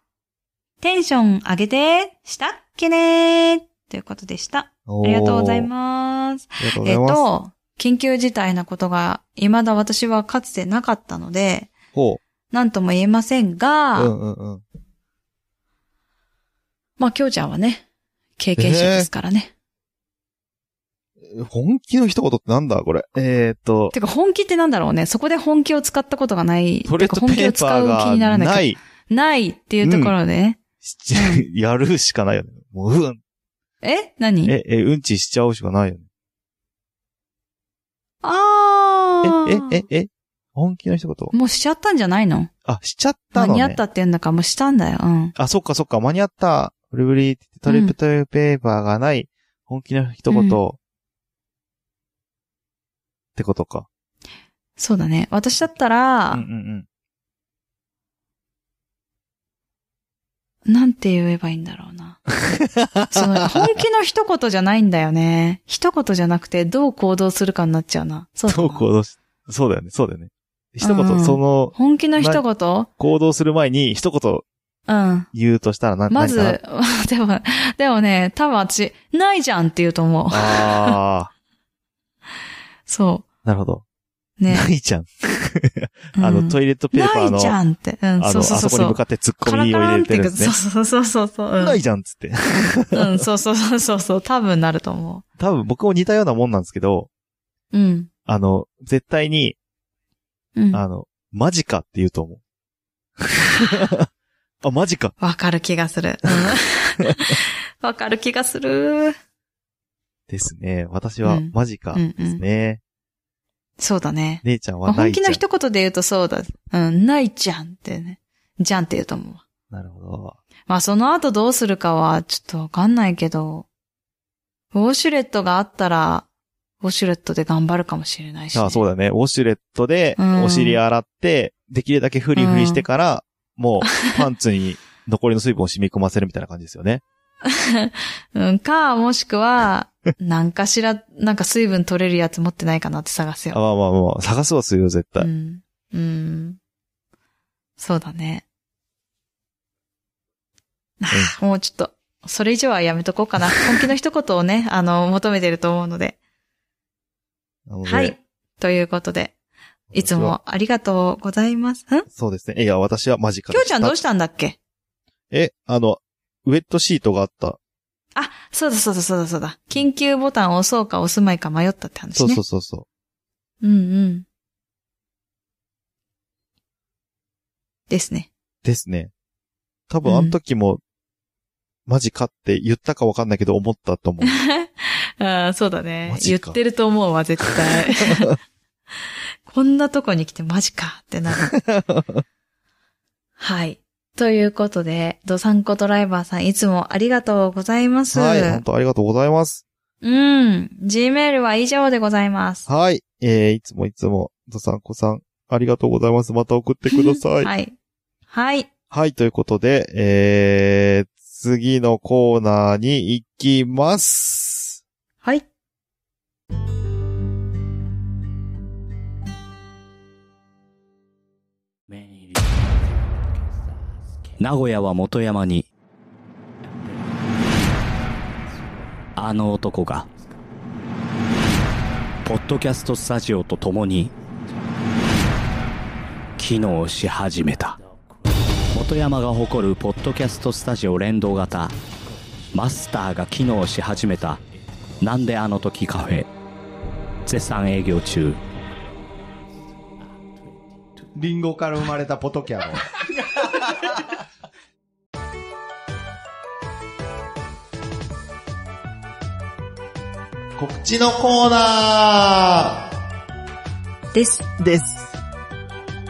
テンション上げて、したっけねということでした。あ
あ
りがとうございます。
す。ありがとうござ
えっ
います。
と、緊急事態なことが、未だ私はかつてなかったので、
ほ
なんとも言えません
う。
が、
うんうんうん。
まあ、きょうちゃんはね、経験者ですからね。
本気の一言ってなんだこれ。えーっと。
てか、本気ってなんだろうね。そこで本気を使ったことがない。
トイレット
てか本気
ペー
を使
パ
う
ー
気に
が
ならなきゃ
な。い。
ないっていうところでね。
し [laughs] やるしかないよね。もう、うん。
え何
え、え、うんちしちゃうしかないよね。
あー。
え、え、え、え、本気の一言
もうしちゃったんじゃないの
あ、しちゃった
間
の
に合っ
ね。
たって言うんだからもうしたんだよ。うん。
あ、そっかそっか、間に合った。ブリブリってトリップトイレペーパーがない。本気の一言。
うん
ってことか。
そうだね。私だったら、
うんうん。
なんて言えばいいんだろうな。その、本気の一言じゃないんだよね。一言じゃなくて、どう行動するかになっちゃうな。そううんだな
どう行動し、そうだよね、そうだよね。一言、
うん
その、
本気の一言
行動する前に一言
うん。
言うとしたらな、
まず
何か、
でも、でもね、多分私、ないじゃんって言うと思う。
なあ
そ [laughs]
ー、なるほど。
う。ね
な。いじゃん。 [laughs] あ
う
の、
ん
トイレットペーパー
な
の
いじ、ゃんって。うん、
あの、
そ
あ
うそうそう
そこ
そ
に向
う。
かって突っ
カ
込
ラ
み
カ
を
ラ
入
ン
れ
って
て
い
るんで
く。
すね。
そうそうそうそう。うん
ないじゃんっつって。 [laughs]
うん、そうそうそうそうそう、多分なると思
多分僕も似たようなもんなんですけど、
う。うん。
あの、絶対に、
うん。
あの、マジかって言うと思う。 [laughs] あ、マジかっ
わかる気がする。うん
[laughs]
わかる気がする。
ですね。私は
うん
マジかですね。
そうだね。
姉ちゃん
まあ
はな
本
いじ
気
ゃん。
の一言で言うとそうだ。うん、ないじゃんってね。じゃんって言うと思うわ。
なるほど。
まあその後どうするかはちょっとわかんないけど、ウォシュレットがあったら、ウォシュレットで頑張るかもしれないし、ね。
あそうだね。ウォシュレットで
う、ん
お尻洗って、できるだけフリフリしてから、もう、パンツに残りの水分を染み込ませるみたいな感じですよ
[laughs]
ね。
うん、か、もしく
[laughs]
は、なんかしら、なんか水分取れるやつ持ってないかなって探す
あ、
よ。
まあまあまあ、探すはするよ、絶
う
対。
ん。うん。そうだね。あー [laughs] もうちょっと、それ以上はやめとこ
[laughs]
うかな。本気の一言をね、あの、求めてると思うので。
なので
はい。。ということで、いつ
私は。
もありがとうございます。ん
そうですね。いや、私は間近
き
で
ょう
した。
ちゃんどう
し
したんだっけ
え、あの、ウェットシートがあった。
あ、そうだそうだそうだそうだ。緊急ボタンを押そうか押すまいか迷ったって話ね。
そうそうそうそう。
うんうん。ですね。
ですね。多分、あの時も、マジかって言ったかわかんないけど思ったと思う。
[laughs] ああ、そうだ
マ
ね。
ジ
言っ
か
てると思うわ、絶対。
[laughs]
こんなとこに来てマジかってなる。
[laughs]
はい。ということで、ドサンコドライバーさんいつもありがとうございます。
はい、本当ありがとうございます。
うん。Gmail は以上でございます。
はい、えー、いつもいつも、どさんこさん、ありがとうございます。また送ってくだ
[laughs]
さい。はい、
はい。はい。
ということで、えー、次のコーナーに行きます。
はい。
名古屋は元山にあの男がポッドキャストスタジオと共に機能し始めた元山が誇るポッドキャストスタジオ連動型マスターが機能し始めたなんであの時カフェ絶賛営業中
リンゴから生まれたポトキャロ。
告知のコーナ
です。
ーです。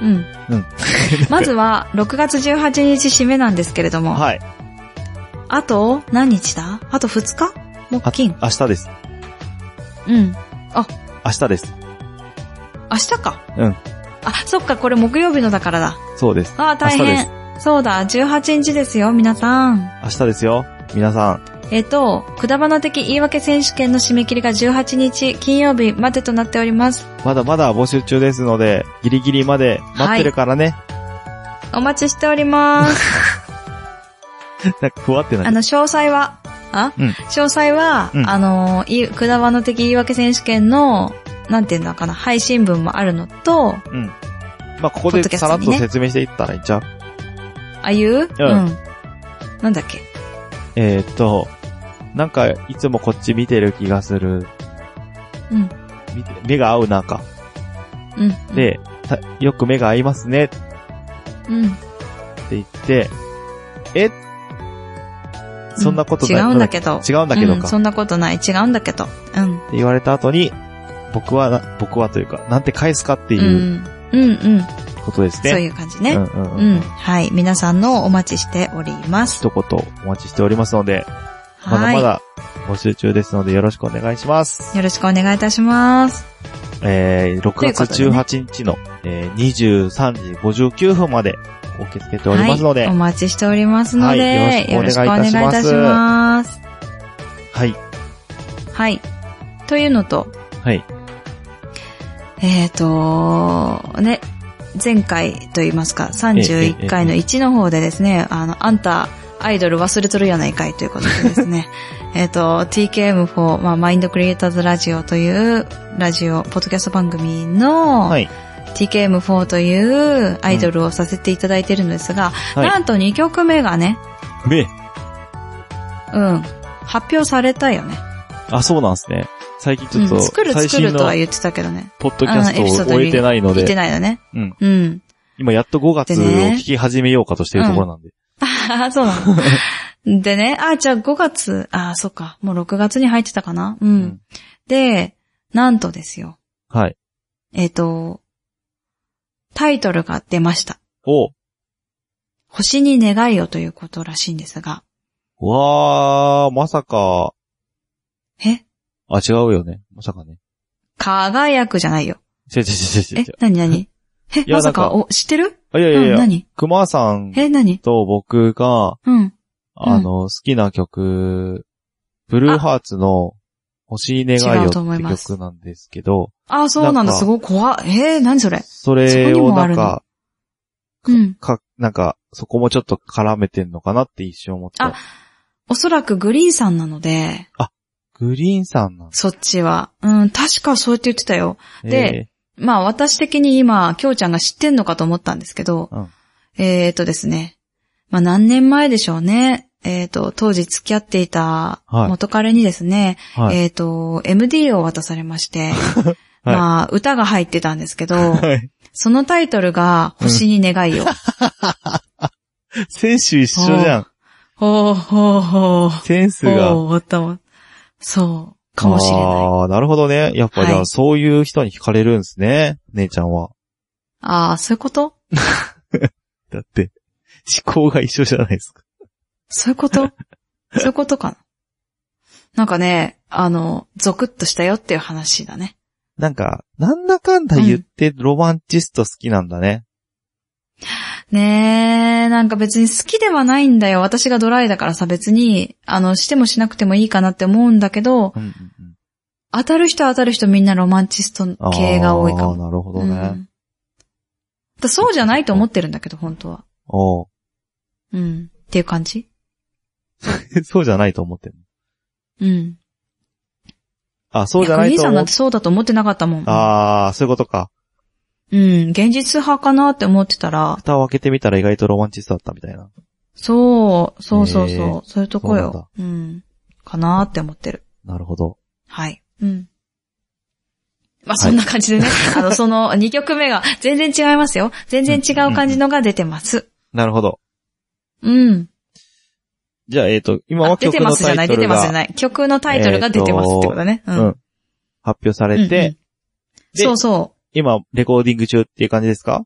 うん。
うん。
[laughs]
[laughs]
まずは、6月18日締めなんですけれども。
はい。
あと、何日だあと2日木金。
明日です。
うん。
明日です。
明日か。
うん。
あ、そっか、これ木曜日のだからだ。
そうです。
あー、大
明日で
変。そうだ、18日ですよ、皆さん。
明日ですよ。皆さん。
えっと、くだばな的言い訳選手権の締め切りが18日金曜日までとなっております。
まだまだ募集中ですので、ギリギリまで待ってるからね。
お待ちしてお
[laughs]
ります。
なんかふわってな
あ
る。
の、詳細は、あ、
うん
詳細は、
うん
あの、いくだばの的言い訳選手権の、なんていうのかな、配信分もあるのと、
まあ、ここ
ポッ
で
ドキャス
さ
ト
らっ
にね
と説明していったらいいんちゃう
あゆう、
うん
なんだっけ
えーっと、なんか、いつもこっち見てる気がする。
うん。
見て目が合うなんか。
うん。、
で、たよく目が合いますねって
うん。
言って、えそんなことない。
違うんだけど。
違うんだけど
うん
か。
そんなことない。違うんだけど。うん。
って言われた後に、僕はな、僕はというか、なんて返すかって
う。
いうん
うんうん。
ことです
そう
ね。
いう感じ
う
ね。
んうん
う
うん
ん。はい。皆さんのお待ちしております。
一言お待ちしておりますので、まだ
は
ま
い。
だ募集中ですのでよろしくお願いします。
よろしくお願いいたします。
えー、6月
というこ
18日の、えー23時59分まで受け付けておりますので、
はいお
はい、
待ちしておりますの
は
で、
い
よ
よ
ろ
ろ
し
しく
くお
お
願
願
い
い
い
い
た
た
し
し
ます。
はい、
はい。というのと、
はい、
えっと、ね、前回と言いますか、31回の1の方でですね、あの、あんた、アイドル忘れとるやないかいということでです
[laughs]
ね、えっと、TKM4、まあ、マインドクリエイターズラジオという、ラジオ、ポッドキャスト番組の、
はい、
TKM4 というアイドルをさせていただいてるんですが、
い
なんと2曲目がね、
め、
うん、発表されたよね。
あ、そうなんですね。最近ちょっと、
うん、作る
最
作
新
る
の
とは言ってたけどね。
ポッドキャ
あのエピソ
ス
ー
ト
ド
を
に
終えてないの
言っ
で、
てないよね。
うん
うん。
今やっと5月を
でね
聞き始めようかとしてるところなんで。
ああ、そうな
[laughs]
の。でね、あ、じゃあ5月、あ、そっか、もう6月に入ってたかな。うん。
うん
で、なんとですよ。
はい。
えっ、と、タイトルが出ました。
お
星に願いをということらしいんですが。
わー、まさか、
え
あ、違うよね。まさかね。
輝くじゃないよ。
違う違う違う違う
え
違う。、 [laughs]
なになにえ、
や
まさ
な
か、
ん
お、知ってる
あいやいやい
うん、
や、
何
熊さん
え、何
と僕が、
うん。
あの、好きな曲、ブルーハーツの星願い
違
よ
う
って
と思います
曲なんですけど、
あ、そうなん
な
だ、
んか
すごい怖い。えー、何それ
それをなんか、
そこにもあるの
か、かなんか、そこもちょっと絡めてんのかなって一瞬思った
あ。おそらくグリーンさんなので、
グリーンさんなん
そっちは。うん、確かそうやって言ってたよ。で、まあ私的に今、きょうちゃんが知ってんのかと思ったんですけど、
うん
えーとですね、まあ何年前でしょうね。えーと、当時付き合っていた
はい
元彼にですね、
えーはい。
えーと、MD を渡されまして、まあ歌が入ってたんで
[laughs]
すけど、
はい。
そのタイトルが星に願
[laughs]
いを。
選手一緒じゃん。
ほうほうほう。
センスが。
ほう、頭そう、かもしれない。
ああ、なるほどね。やっぱじゃ
は
あ、
い
そういう人に惹かれるんですね。姉ちゃんは。
ああ、そういうこと
だって、思考が一緒じゃないですか。
そういうこと [laughs] そういうことかな。なんかね、あの、ゾクッとしたよっていう話だね。
なんか、なんだかんだ言ってロマンチスト好きなんだね。
ねえ、なんか別に好きではないんだよ。私がドライだからさ、別に、あの、してもしなくてもいいかなって思うんだけど、
うんうんうん
当たる人は当たる人みんなロマンチスト系が多いか
あー
も。
なるほど
うん
ね。
だそうじゃないと思ってるんだけど、本当は。
おう
うん。っていう感じ
そうじゃないと思ってる。
うん。
あ、そうじゃない
や
い
グリ
と
ーンさん
思
な
っ
んてそうだと思ってなかったもん。
ああ、そういうことか。
うん、現実派かなって思ってたら、
蓋を開けてみたら意外とロマンチストだったみたいな。
そう、そうそう
へー
そう、そういうとこ
そう
よ。うん。かなって思ってる。
なるほど。
はい。うん。まあ、そんな感じでね。 [laughs] あの、その2曲目が全然違いますよ。全然違う感じのが出てます。
なるほど。
うん。
じゃあ、えっ、と、今
あ
は
出
曲
てま
の
すじ
タ
ゃな
イ
い、
ト
出て
ル
ますじゃ
が、
ない。曲のタイトルが出てますってことね。う。
うんん、発表され
うんう
て
ん、
で
そうそう。
今、レコーディング中っていう感じですか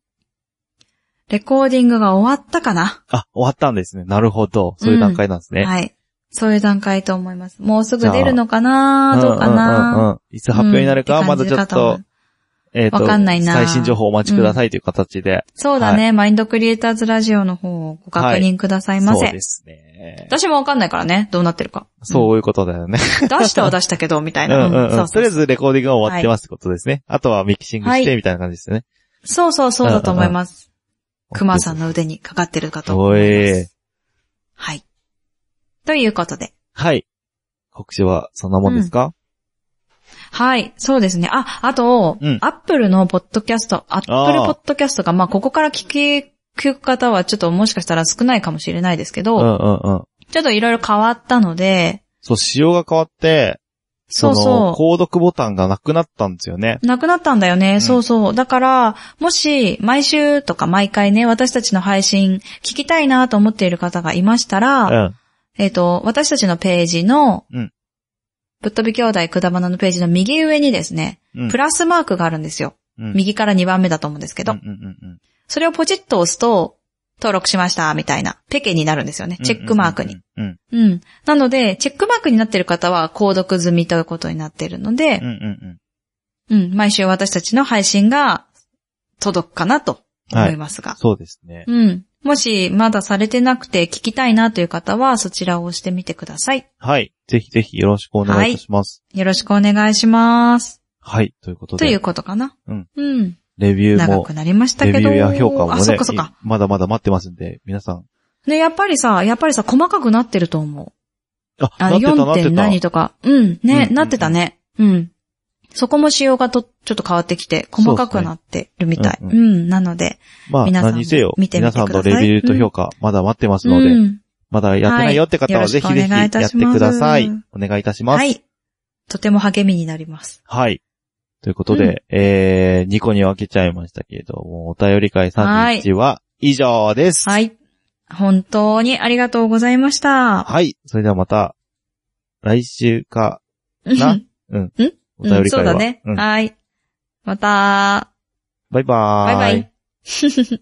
レコーディングが終わったかな
あ、終わったんですね。なるほど。そういう段階なんですね。
はい。そういう段階と思います。もうすぐ出るのかなど
うん
うか
うんうん
な
うんいつ発表になるかは
うん
まだちょっ
って感じかと
と
思、
えっと、
わかんないな
最新情報をお待ちくださいという形で。
そうだね、マインドクリエイターズラジオの方をご確認くださいま
そ
せ。
うですね。
私もわかんないからね、どうなってるか。うん
そういうことだよね。
[laughs] 出したは出したけど、みた
う
い
んう
な。
ん。
そううんそ
と
う
りあえずレコーディングが終わってますってことですね。あとはミキシングし
は
て
い
みたいな感じですよね。
そうそうそうだと思います。熊さ
ん。
んの腕にかかってるかと思います。はい。ということで。
はい。告知はそんなもんですか
はい。そうですね。あ、あと、
うん
アップルのポッドキャスト、アップルポッドキャストが、まあ、ここから聞き、聞く方はちょっともしかしたら少ないかもしれないですけ
う
ど、
んうんうん。
ちょっといろいろ変わったので、
そう、仕様が変わって、
そう
の
そう。
購読ボタンがなくなったんですよね。
なくなったんだよね。
ん
そうそう。だから、もし、毎週とか毎回ね、私たちの配信、聞きたいなと思っている方がいました
う
ら、
ん。
えっ、と、私たちのページの、
うん
ぶっ飛び兄弟くだばなのページの右上にですね、
うん
プラスマークがあるんですよ。
うん
右から2番目だと思うんですけど、
うんうんうんうん
それをポチッと押すと、登録しました、みたいな、ペケになるんですよね。チェックマークに。。
うんうん
うんなので、チェックマークになってる方は、購読済みということになってるので、
うんうん
うん、毎週私たちの配信が届くかなと思いますが。
そうですね。
うん。もしまだされてなくて聞きたいなという方はそちらを押してみてください。
はい。ぜひぜひよろしくお願いいたします。
よろしくお願いします。
はい。ということ
と
で。
いうことかな。
うん。
うん。
レビュー
長
も
く、なりました
レ
け
ビ
ど。
ューや評価も
あ、そっ
ね
かそっか。、
いまだまだ待ってますんで、皆さん。
ね、やっぱりさ、やっぱりさ、細かくなってると思う。
あ、な
あの、
ってた、な
4
って
点何
た。
とか。うん。
うんうん
ね
う、ん
なってたね。うん。そこも仕様がと、ちょっと変わってきて、細かくなってるみたい。
そうっ
う
す
ん。なので、
まあ、
皆さんも
何にせよ、
見てみ
皆
てくださ
さ
い
んのレビューと評価、まだ待ってますの
う
で、
ん。
まだやってないよって方
はい
は、
よろ
ぜ
しく
ひぜひ
お願
や
い
っ
いた
て
します
ください。お願いいたしま
は
す。
い。とても励みになります。
はい。ということで、えー、2個に分けちゃいましたけれども、お便り会31は以上です。。
はいい。本当にありがとうございました。
はい。それではまた、来週か、なうん。
うん
お便
うん
り
そう
会
だ
は。
ね。
うん
はい。また、
バイバー
バイバイ。